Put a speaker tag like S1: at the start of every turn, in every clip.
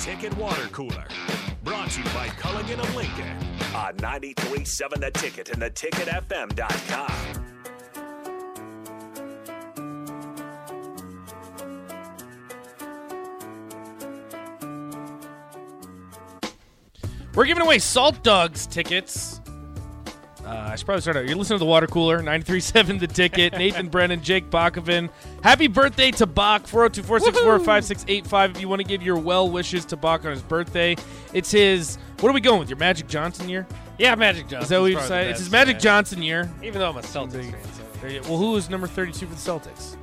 S1: Ticket Water Cooler. Brought to you by Culligan of Lincoln on 93.7 The Ticket and theticketfm.com.
S2: We're giving away Salt Dogs tickets. Uh, I should probably start out. You're listening to the Water Cooler, 937 The Ticket, Nathan Brennan, Jake Bakovin. Happy birthday to Bach, 402-464-5685 if you want to give your well wishes to Bach on his birthday. It's his, what are we going with, your Magic Johnson year?
S3: Yeah, Magic Johnson.
S2: Is that what you decided? It's his Magic Johnson year.
S3: Even though I'm a Celtics
S2: Big-
S3: fan, so
S2: There you- Well, who is number 32 for the Celtics?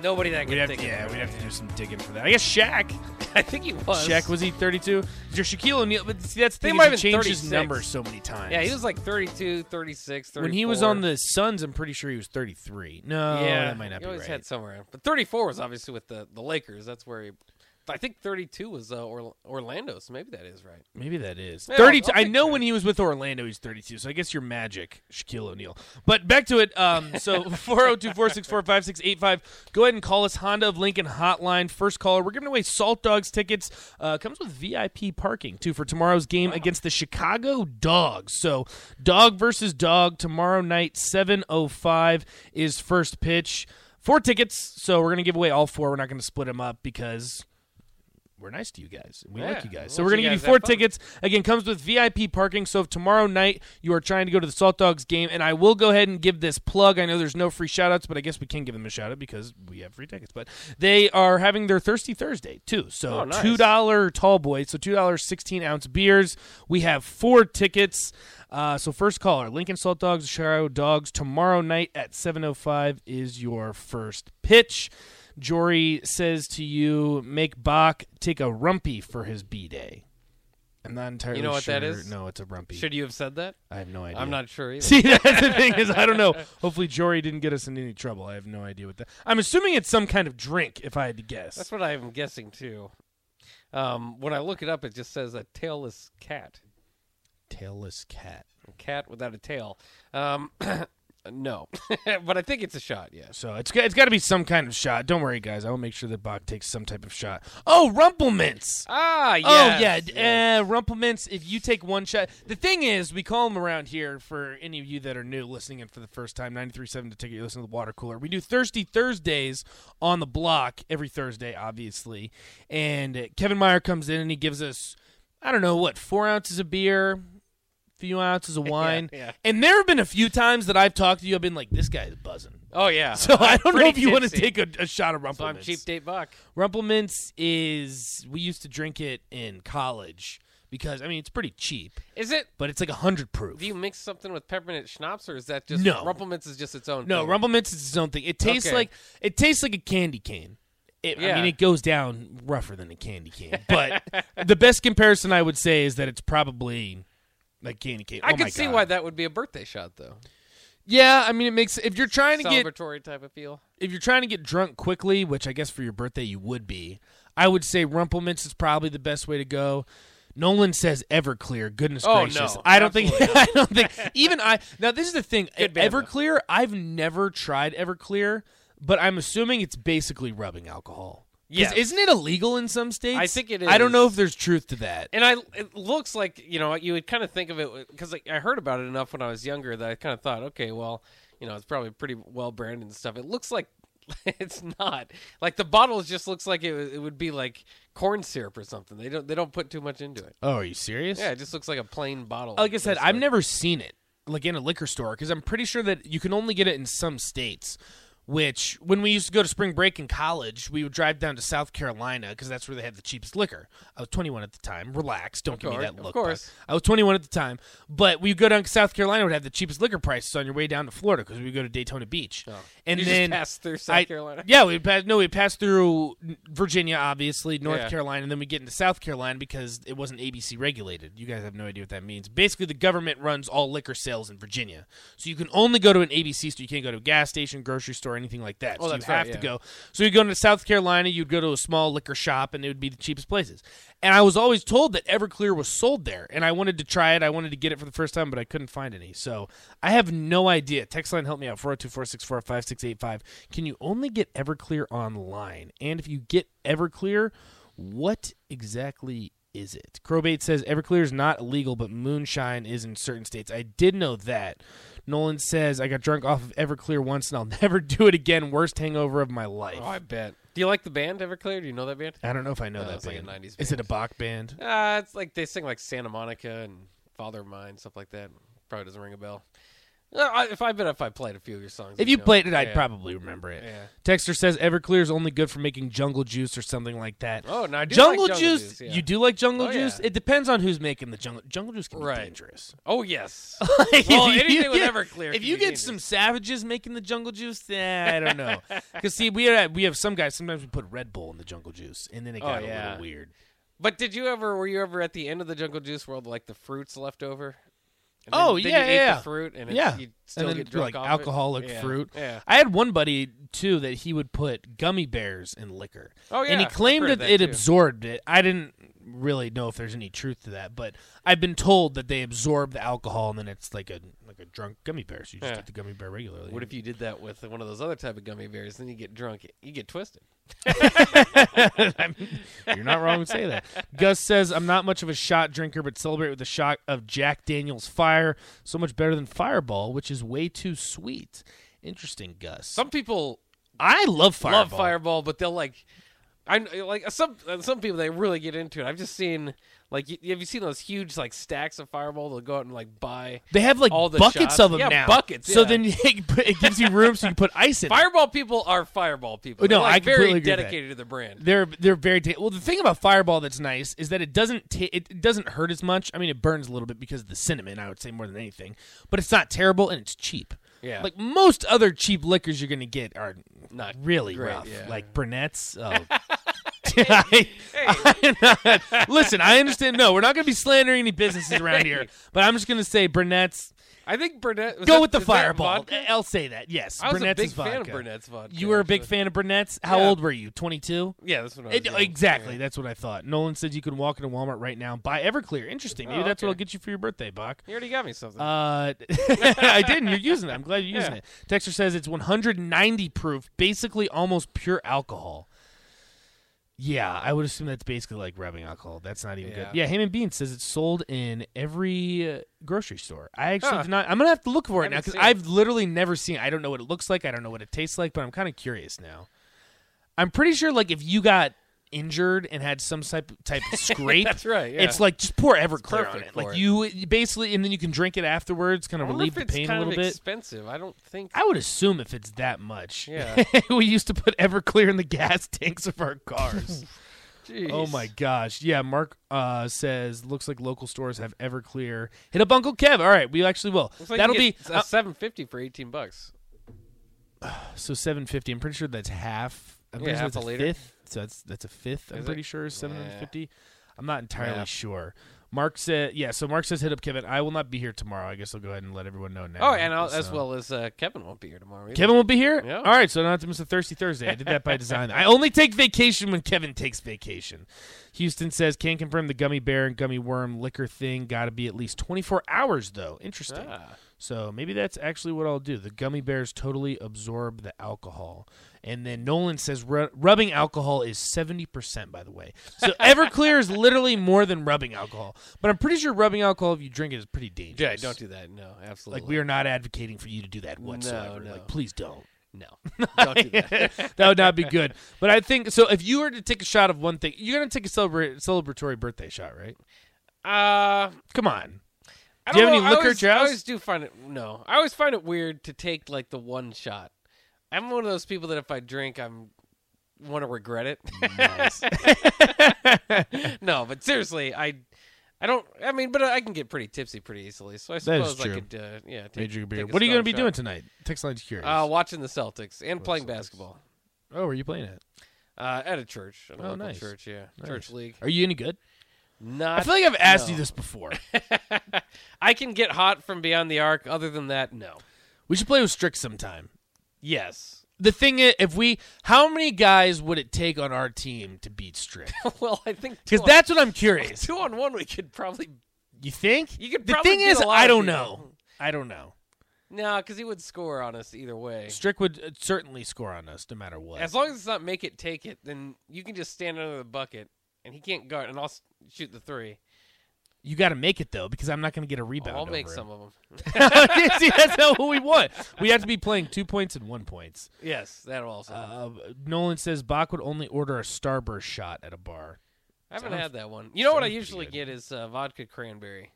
S3: nobody that can think. of
S2: yeah,
S3: it.
S2: we'd have to do some digging for that. I guess Shaq.
S3: I think he was.
S2: Shaq, was he 32? Is your Shaquille O'Neal, but see, that's the
S3: They
S2: thing,
S3: might
S2: is
S3: have
S2: he
S3: been
S2: changed his
S3: 36.
S2: number so many times.
S3: Yeah, he was like 32, 36, 34.
S2: When he was on the Suns, I'm pretty sure he was 33. No,
S3: yeah,
S2: that might not
S3: he
S2: be
S3: always
S2: right.
S3: had somewhere. But 34 was obviously with the, the Lakers. That's where he. I think 32 was uh, Orl- Orlando, so maybe that is right.
S2: Maybe that is.
S3: Yeah,
S2: 32.
S3: I'll
S2: I
S3: take
S2: know
S3: that.
S2: when he was with Orlando, he's 32. So I guess you're magic, Shaquille O'Neal. But back to it. Um, so 402 464 5685. Go ahead and call us Honda of Lincoln Hotline. First caller. We're giving away Salt Dogs tickets. Uh, comes with VIP parking, too, for tomorrow's game against the Chicago Dogs. So dog versus dog tomorrow night, 7.05 is first pitch. Four tickets. So we're going to give away all four. We're not going to split them up because we're nice to you guys. We
S3: Yeah,
S2: like you guys. So
S3: we'll
S2: we're
S3: let
S2: gonna
S3: you
S2: give you
S3: guys
S2: four
S3: have fun.
S2: tickets. Again, comes with VIP parking. So if tomorrow night you are trying to go to the Salt Dogs game, and I will go ahead and give this plug. I know there's no free shout outs, but I guess we can give them a shout out because we have free tickets. But they are having their Thirsty Thursday too. So
S3: Oh, nice.
S2: two dollar tall boys, so two dollar sixteen ounce beers. We have four tickets. Uh, so first caller, Lincoln Salt Dogs, Chicago Dogs, tomorrow night at seven oh five is your first pitch. Jory says to you, make Bach take a rumpy for his B day. I'm not entirely
S3: You know what
S2: sure.
S3: that is?
S2: No, it's a rumpy.
S3: Should you have said that?
S2: I have no idea.
S3: I'm not sure either.
S2: See, that's the thing is, I don't know. Hopefully, Jory didn't get us in any trouble. I have no idea what that. I'm assuming it's some kind of drink, if I had to guess.
S3: That's what I'm guessing too. Um, when I look it up, it just says a tailless cat,
S2: Tailless cat.
S3: a cat without a tail. Um, no, but I think it's a shot. Yes.
S2: So it's got, it's got to be some kind of shot. Don't worry, guys. I will make sure that Bach takes some type of shot. Oh, Rumplemints.
S3: Ah, yes.
S2: Oh yeah,
S3: yes.
S2: d- Uh, Rumplements. If you take one shot, the thing is, we call them around here. For any of you that are new listening in for the first time, 93.7 to ticket. You listen to the water cooler. We do Thirsty Thursdays on the block every Thursday, obviously. And uh, Kevin Meyer comes in and he gives us, I don't know what, four ounces of beer, few ounces of wine.
S3: yeah.
S2: And there have been a few times that I've talked to you. I've been like, this guy is buzzing.
S3: Oh yeah.
S2: So I don't know
S3: pretty
S2: if you want to
S3: tipsy.
S2: take a, a shot of Rumplements.
S3: So I'm cheap date buck.
S2: Rumplemint's is we used to drink it in college because I mean it's pretty cheap,
S3: Is it?
S2: but it's like hundred proof.
S3: Do you mix something with peppermint schnapps, or is that just
S2: No.
S3: Rumplemintz is just its own?
S2: no,
S3: thing?
S2: Rumplemint's is its own thing. It tastes
S3: Okay.
S2: like it tastes like a candy cane. It, I
S3: Yeah.
S2: mean, it goes down rougher than a candy cane. But the best comparison I would say is that it's probably like candy cane. Oh
S3: I
S2: my
S3: could see
S2: God.
S3: why that would be a birthday shot, though.
S2: Yeah, I mean, it makes if you're trying to get
S3: Celebratory type of feel.
S2: if you're trying to get drunk quickly, which I guess for your birthday you would be, I would say Rumplemintz is probably the best way to go. Nolan says Everclear. Goodness
S3: Oh,
S2: gracious,
S3: no.
S2: I don't think
S3: Absolutely.
S2: I don't think even I. Now this is the thing.
S3: Good band, though.
S2: Everclear. I've never tried Everclear, but I'm assuming it's basically rubbing alcohol. 'Cause
S3: Yes.
S2: isn't it illegal in some states?
S3: think it
S2: I don't know
S3: is.
S2: if there's truth to that.
S3: And I, it looks like you know you would kind of think of it because like, I heard about it enough when I was younger that I kind of thought, okay, well, you know, it's probably pretty well branded and stuff. It looks like it's not like the bottles just looks like it, it would be like corn syrup or something. They don't they don't put too much into it.
S2: Oh, are you serious?
S3: Yeah, it just looks like a plain bottle.
S2: like I said,
S3: It's
S2: I've never seen it like in a liquor store because I'm pretty sure that you can only get it in some states. Which, when we used to go to spring break in college, we would drive down to South Carolina because that's where they had the cheapest liquor. I was 21 at the time. Relax, don't give me
S3: course,
S2: that
S3: of
S2: look.
S3: course.
S2: bud. I was 21 at the time, but we would go down to South Carolina would have the cheapest liquor prices on your way down to Florida because we would go to Daytona Beach, and
S3: Oh. You just
S2: then
S3: pass through South
S2: I-
S3: Carolina.
S2: yeah, we passed. No, we passed through Virginia, obviously North
S3: Yeah.
S2: Carolina, and then we get into South Carolina because it wasn't ABC regulated. You guys have no idea what that means. Basically, the government runs all liquor sales in Virginia, so you can only go to an ABC store. You can't go to a gas station, grocery store, anything like that.
S3: Oh,
S2: so
S3: that's
S2: you
S3: right,
S2: have to
S3: yeah.
S2: go. So you go into South Carolina, you'd go to a small liquor shop, and it would be the cheapest places. And I was always told that Everclear was sold there, and I wanted to try it. I wanted to get it for the first time, but I couldn't find any. So I have no idea. Text line, help me out 402 464 5685. Can you only get Everclear online? And if you get Everclear, What exactly is it? Crowbait says Everclear is not illegal, but moonshine is in certain states. I did know that. Nolan says I got drunk off of Everclear once and I'll never do it again. Worst hangover of my life.
S3: Oh, I bet. Do you like the band Everclear? Do you know that band?
S2: I don't know if I know
S3: No,
S2: that
S3: it's like a
S2: band.
S3: 90s
S2: Is it a
S3: band.
S2: Bach band?
S3: Uh, it's like they sing like Santa Monica and Father of Mine, stuff like that. Probably doesn't ring a bell. Uh, I, if I bet if I played a few of your songs,
S2: If
S3: I'd
S2: you
S3: know
S2: played it, I'd
S3: Yeah.
S2: probably remember it.
S3: Yeah.
S2: Texter says Everclear is only good for making jungle juice or something like that.
S3: Oh no, I do
S2: jungle,
S3: like
S2: juice,
S3: yeah.
S2: you do like jungle
S3: Oh,
S2: juice?
S3: yeah.
S2: It depends on who's making the jungle. Jungle juice can be
S3: Right.
S2: dangerous.
S3: Oh yes.
S2: Like,
S3: Well,
S2: if you
S3: Oh, anything with
S2: get-
S3: Everclear
S2: If
S3: can
S2: you get
S3: be dangerous.
S2: some savages making the jungle juice, eh, I don't know. Because see, we have, we have some guys. Sometimes we put Red Bull in the jungle juice, and then it
S3: Oh,
S2: got a
S3: yeah.
S2: little weird.
S3: but did you ever? Were you ever at the end of the Jungle Juice world, like the fruits left over? And
S2: Oh,
S3: then,
S2: yeah,
S3: then you
S2: yeah,
S3: eat
S2: yeah.
S3: The fruit and it,
S2: Yeah.
S3: you still
S2: and then
S3: get
S2: it'd be
S3: drunk
S2: like
S3: off it?
S2: alcoholic
S3: Yeah.
S2: fruit.
S3: Yeah.
S2: I had one buddy too that he would put gummy bears in liquor.
S3: Oh,
S2: and he
S3: yeah, I've
S2: claimed
S3: heard
S2: that,
S3: of that,
S2: it
S3: too.
S2: absorbed it. I didn't really know if there's any truth to that, but I've been told that they absorb the alcohol and then it's like a like a drunk gummy bear. So you just
S3: Yeah.
S2: eat the gummy bear regularly.
S3: What if you did that with one of those other type of gummy bears? Then you get drunk, you get twisted.
S2: I mean, you're not wrong to say that. Gus says, I'm not much of a shot drinker, but celebrate with a shot of Jack Daniels Fire. So much better than Fireball, which is way too sweet. Interesting, Gus.
S3: Some people
S2: I love Fireball.
S3: love Fireball, but they'll like, I kn- like some uh, some people they really get into it. I've just seen like, you, have you seen those huge like stacks of Fireball? They'll go out and like buy.
S2: They have like
S3: All the
S2: buckets
S3: shots.
S2: of them
S3: Yeah,
S2: now.
S3: buckets,
S2: So
S3: yeah.
S2: then it put- it gives you room so you can put ice in. it.
S3: Fireball people are Fireball people.
S2: Oh, no,
S3: They're, like,
S2: I completely
S3: very
S2: agree with that.
S3: dedicated to the brand.
S2: They're they're very ta- well. The thing about Fireball that's nice is that it doesn't ta- it it doesn't hurt as much. I mean, it burns a little bit because of the cinnamon. I would say more than anything, but it's not terrible and it's cheap.
S3: Yeah.
S2: like most other cheap liquors you're gonna get are
S3: Not
S2: really
S3: great,
S2: rough.
S3: yeah.
S2: Like brunettes. Oh. I- I'm not- listen, I understand. No, we're not going to be slandering any businesses around here, but I'm just going to say brunettes.
S3: I think Burnett. was
S2: Go
S3: that-
S2: with the
S3: is that
S2: fireball.
S3: vodka?
S2: I'll say that. Yes,
S3: I was
S2: brunettes
S3: a big
S2: is
S3: fan of
S2: vodka.
S3: Burnett's vodka.
S2: You were a big
S3: actually.
S2: fan of Burnett's. How
S3: Yeah.
S2: old were you? 22?
S3: Yeah, that's what I was.
S2: It-
S3: young.
S2: exactly.
S3: Yeah.
S2: That's what I thought. Nolan said you could walk into Walmart right now and buy Everclear. Interesting. Maybe
S3: Oh,
S2: that's what
S3: okay.
S2: I'll get you for your birthday, Bach.
S3: You already got me something.
S2: Uh, I didn't. You're using it. I'm glad you're using
S3: Yeah.
S2: it. Texter says it's 190 proof, basically almost pure alcohol. Yeah, I would assume that's basically like rubbing alcohol. That's not even good. Yeah,
S3: Yeah.
S2: Heyman Bean says it's sold in every uh, grocery store. I actually
S3: Huh.
S2: did not. I'm gonna have to look for it
S3: Haven't
S2: now because
S3: seen it.
S2: I've literally never seen. it. I don't know what it looks like. I don't know what it tastes like. But I'm kind of curious now. I'm pretty sure like if you got injured and had some type type of scrape,
S3: That's right, yeah.
S2: It's like just pour Everclear on
S3: perfect
S2: it. Like
S3: for it.
S2: you you basically, and then you can drink it afterwards, kind
S3: I
S2: of
S3: wonder
S2: relieve
S3: if
S2: the
S3: it's
S2: pain a
S3: kind
S2: little
S3: of
S2: bit.
S3: expensive. I don't think.
S2: I would assume if it's that much.
S3: Yeah.
S2: we used to put Everclear in the gas tanks of our cars. oh
S3: Jeez.
S2: my gosh. Yeah, Mark uh, says looks like local stores have Everclear. Hit up Uncle Kev. All right, we actually will.
S3: Looks like you
S2: That'll be
S3: get a seven fifty for eighteen bucks.
S2: uh, so 750. I'm pretty sure that's half. I'm
S3: Yeah,
S2: pretty sure
S3: half
S2: that's
S3: a liter.
S2: fifth. So that's that's a fifth. I'm
S3: Is it?
S2: pretty sure is 750. I'm not entirely
S3: Yeah.
S2: sure. Mark said, "Yeah." So Mark says, "Hit up Kevin." I will not be here tomorrow. I guess I'll go ahead and let everyone know now.
S3: Oh, and I'll, as
S2: So-
S3: well as uh, Kevin won't be here tomorrow. Either.
S2: Kevin will be here.
S3: Yeah.
S2: All right, so I don't have to miss a Thirsty Thursday. I did that by design. I only take vacation when Kevin takes vacation. Houston says can confirm the gummy bear and gummy worm liquor thing. Got to be at least 24 hours though. Interesting.
S3: Ah.
S2: So maybe that's actually what I'll do. The gummy bears totally absorb the alcohol. And then Nolan says ru- rubbing alcohol is 70%, by the way. So Everclear is literally more than rubbing alcohol. But I'm pretty sure rubbing alcohol, if you drink it, is pretty dangerous.
S3: Yeah, don't do that. No, absolutely.
S2: Like, we are not advocating for you to do that whatsoever.
S3: no.
S2: Like, please don't.
S3: no. Don't do that.
S2: that would not be good. But I think so. If you were to take a shot of one thing, you're gonna take a celebra- celebratory birthday shot, right?
S3: Uh,
S2: Come on.
S3: I
S2: Do you
S3: don't
S2: have
S3: know.
S2: any liquor
S3: I always,
S2: at your
S3: I
S2: house?
S3: always do find it. No, I always find it weird to take like the one shot. I'm one of those people that if I drink, I'm want to regret it.
S2: Mm.
S3: no, but seriously, I, I don't. I mean, but I can get pretty tipsy pretty easily, so I
S2: is
S3: suppose I
S2: true.
S3: could. Uh, yeah, take,
S2: Major beer.
S3: take a
S2: What are you gonna
S3: strong
S2: be
S3: shot.
S2: doing tonight? Text line's curious.
S3: Uh, watching the Celtics and playing
S2: Celtics.
S3: basketball
S2: oh, are you playing it?
S3: uh, at a church. At
S2: Oh,
S3: a local
S2: nice.
S3: church. Yeah,
S2: Nice.
S3: church league.
S2: Are you any good?
S3: Not.
S2: I feel like I've asked
S3: no.
S2: you this before.
S3: I can get hot from beyond the arc. Other than that, no.
S2: we should play with Strix sometime.
S3: Yes.
S2: The thing is, if we, how many guys would it take on our team to beat Strix?
S3: well, I think two
S2: Because
S3: on-
S2: that's what I'm curious.
S3: two on one, we could probably.
S2: You think?
S3: You could
S2: the
S3: probably
S2: thing
S3: beat
S2: is,
S3: a lot
S2: I
S3: of
S2: don't
S3: people.
S2: know. I don't know.
S3: No, because he would score on us either way.
S2: Strick would uh, certainly score on us, no matter what.
S3: As long as it's not make it take it, then you can just stand under the bucket and he can't guard, and I'll s- shoot the three.
S2: You got to make it though, because I'm not going to get a rebound.
S3: I'll
S2: over
S3: make
S2: him.
S3: some of them.
S2: See, that's not what we want. We have to be playing two points and one points.
S3: yes, that'll also.
S2: Uh, Nolan says Bach would only order a starburst shot at a bar.
S3: I haven't
S2: sounds-
S3: had that one. You know what I
S2: sounds pretty
S3: usually
S2: good.
S3: get is uh, vodka cranberry.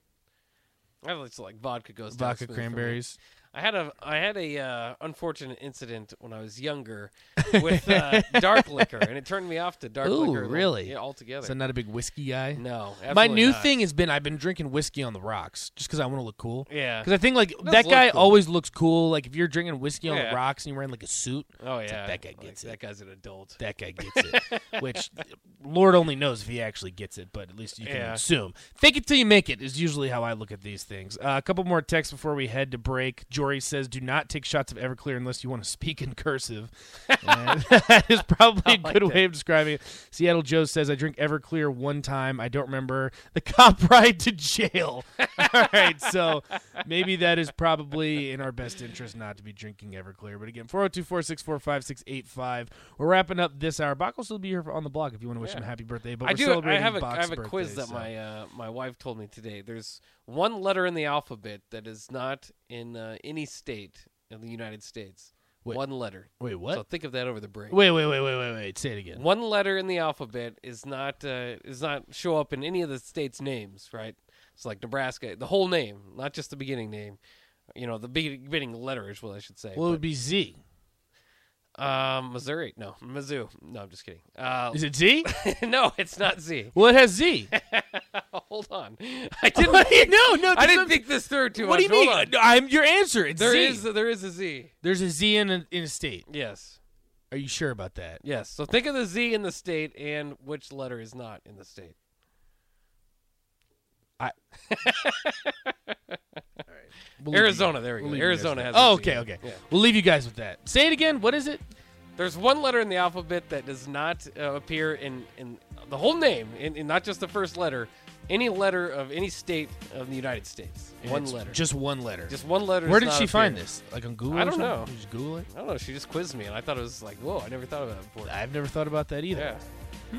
S3: I like like vodka goes down
S2: Vodka
S3: smooth for me.
S2: cranberries.
S3: I had a I had a uh, unfortunate incident when I was younger with uh, dark liquor, and it turned me off to dark
S2: Ooh,
S3: liquor. like,
S2: really?
S3: Yeah, altogether.
S2: So I'm not a big whiskey guy.
S3: no,
S2: My
S3: absolutely
S2: new
S3: not.
S2: thing has been I've been drinking whiskey on the rocks just because I want to look cool.
S3: Yeah.
S2: Because I think like
S3: does
S2: that
S3: look
S2: guy
S3: cool.
S2: always looks cool. Like if you're drinking whiskey on
S3: Yeah.
S2: the rocks and you're wearing like a suit,
S3: Oh
S2: it's
S3: yeah.
S2: like, that guy
S3: Like,
S2: gets
S3: That
S2: it.
S3: guy's an adult.
S2: That guy gets it. Which Lord only knows if he actually gets it, but at least you can
S3: Yeah.
S2: assume. Fake it till you make it is usually how I look at these things. Uh, a couple more texts before we head to break. Jory says, "Do not take shots of Everclear unless you want to speak in cursive." And that is probably a good way of describing it. Seattle Joe says, "I drink Everclear one time. I don't remember the cop ride to jail." All right, so maybe that is probably in our best interest not to be drinking Everclear. But again, 402-464-5685. We're wrapping up this hour. Bach will still be here on the block if you want to wish him happy birthday. But
S3: I
S2: we're
S3: do. I
S2: Celebrating
S3: have a I
S2: Bach's
S3: have a quiz
S2: birthday,
S3: that
S2: so-
S3: my uh, my wife told me today. There's one letter in the alphabet that is not in uh, any state in the United States.
S2: Wait.
S3: One letter.
S2: Wait, what?
S3: So think of that over the break.
S2: Wait, wait, wait, wait, wait, wait. Say it again.
S3: One letter in the alphabet is not uh, is not show up in any of the states' names, right? It's like Nebraska, the whole name, not just the beginning name. You know, the be- beginning letter is what I should say.
S2: Well, it would be Z.
S3: but, uh, Missouri, no, Mizzou. No, I'm just kidding. Uh,
S2: Is it Z?
S3: no, it's not Z. Oh,
S2: well, it has Z.
S3: Hold on, I didn't.
S2: no, no.
S3: I didn't
S2: some-
S3: think this through too
S2: What do
S3: much.
S2: you mean?
S3: Hold on.
S2: I'm your answer. It's
S3: There
S2: Z.
S3: is there is a Z.
S2: There's a Z in a, in a state.
S3: Yes,
S2: Are you sure about that?
S3: yes. So think of the Z in the state and which letter is not in the state.
S2: We'll leave you
S3: Arizona.
S2: guys-
S3: There we go.
S2: we'll leave you guys
S3: Arizona
S2: with
S3: has.
S2: that. Oh,
S3: a Z.
S2: okay, okay.
S3: Yeah.
S2: We'll leave you guys with that. Say it again. What is it?
S3: There's one letter in the alphabet that does not uh, appear in, in the whole name, in, in not just the first letter, any letter of any state of the United States.
S2: And
S3: one
S2: it's
S3: letter.
S2: Just one letter.
S3: Just one letter.
S2: Where
S3: does
S2: did
S3: not
S2: she find
S3: appear.
S2: this? Like on Google?
S3: I
S2: or
S3: don't
S2: something?
S3: know.
S2: You just Google it.
S3: I don't know. She just quizzed me, and I thought it was like, whoa, I never thought about that before.
S2: I've never thought about that either.
S3: yeah.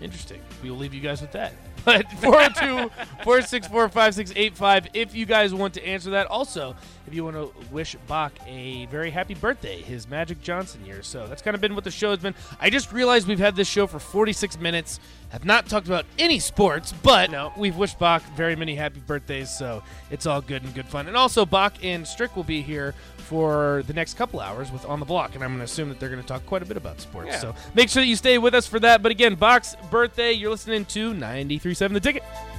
S2: Interesting. We will leave you guys with that. But 402 464 5685 if you guys want to answer that. Also, if you want to wish Bach a very happy birthday, his Magic Johnson year. So that's kind of been what the show has been. I just realized we've had this show for 46 minutes, have not talked about any sports, but
S3: No.
S2: we've wished Bach very many happy birthdays. So it's all good and good fun. And also, Bach and Strick will be here for the next couple hours with On the Block. And I'm going to assume that they're going to talk quite a bit about sports.
S3: Yeah.
S2: So make sure that you stay with us for that. But again, Bach's birthday, you're listening to 93.7 The Ticket.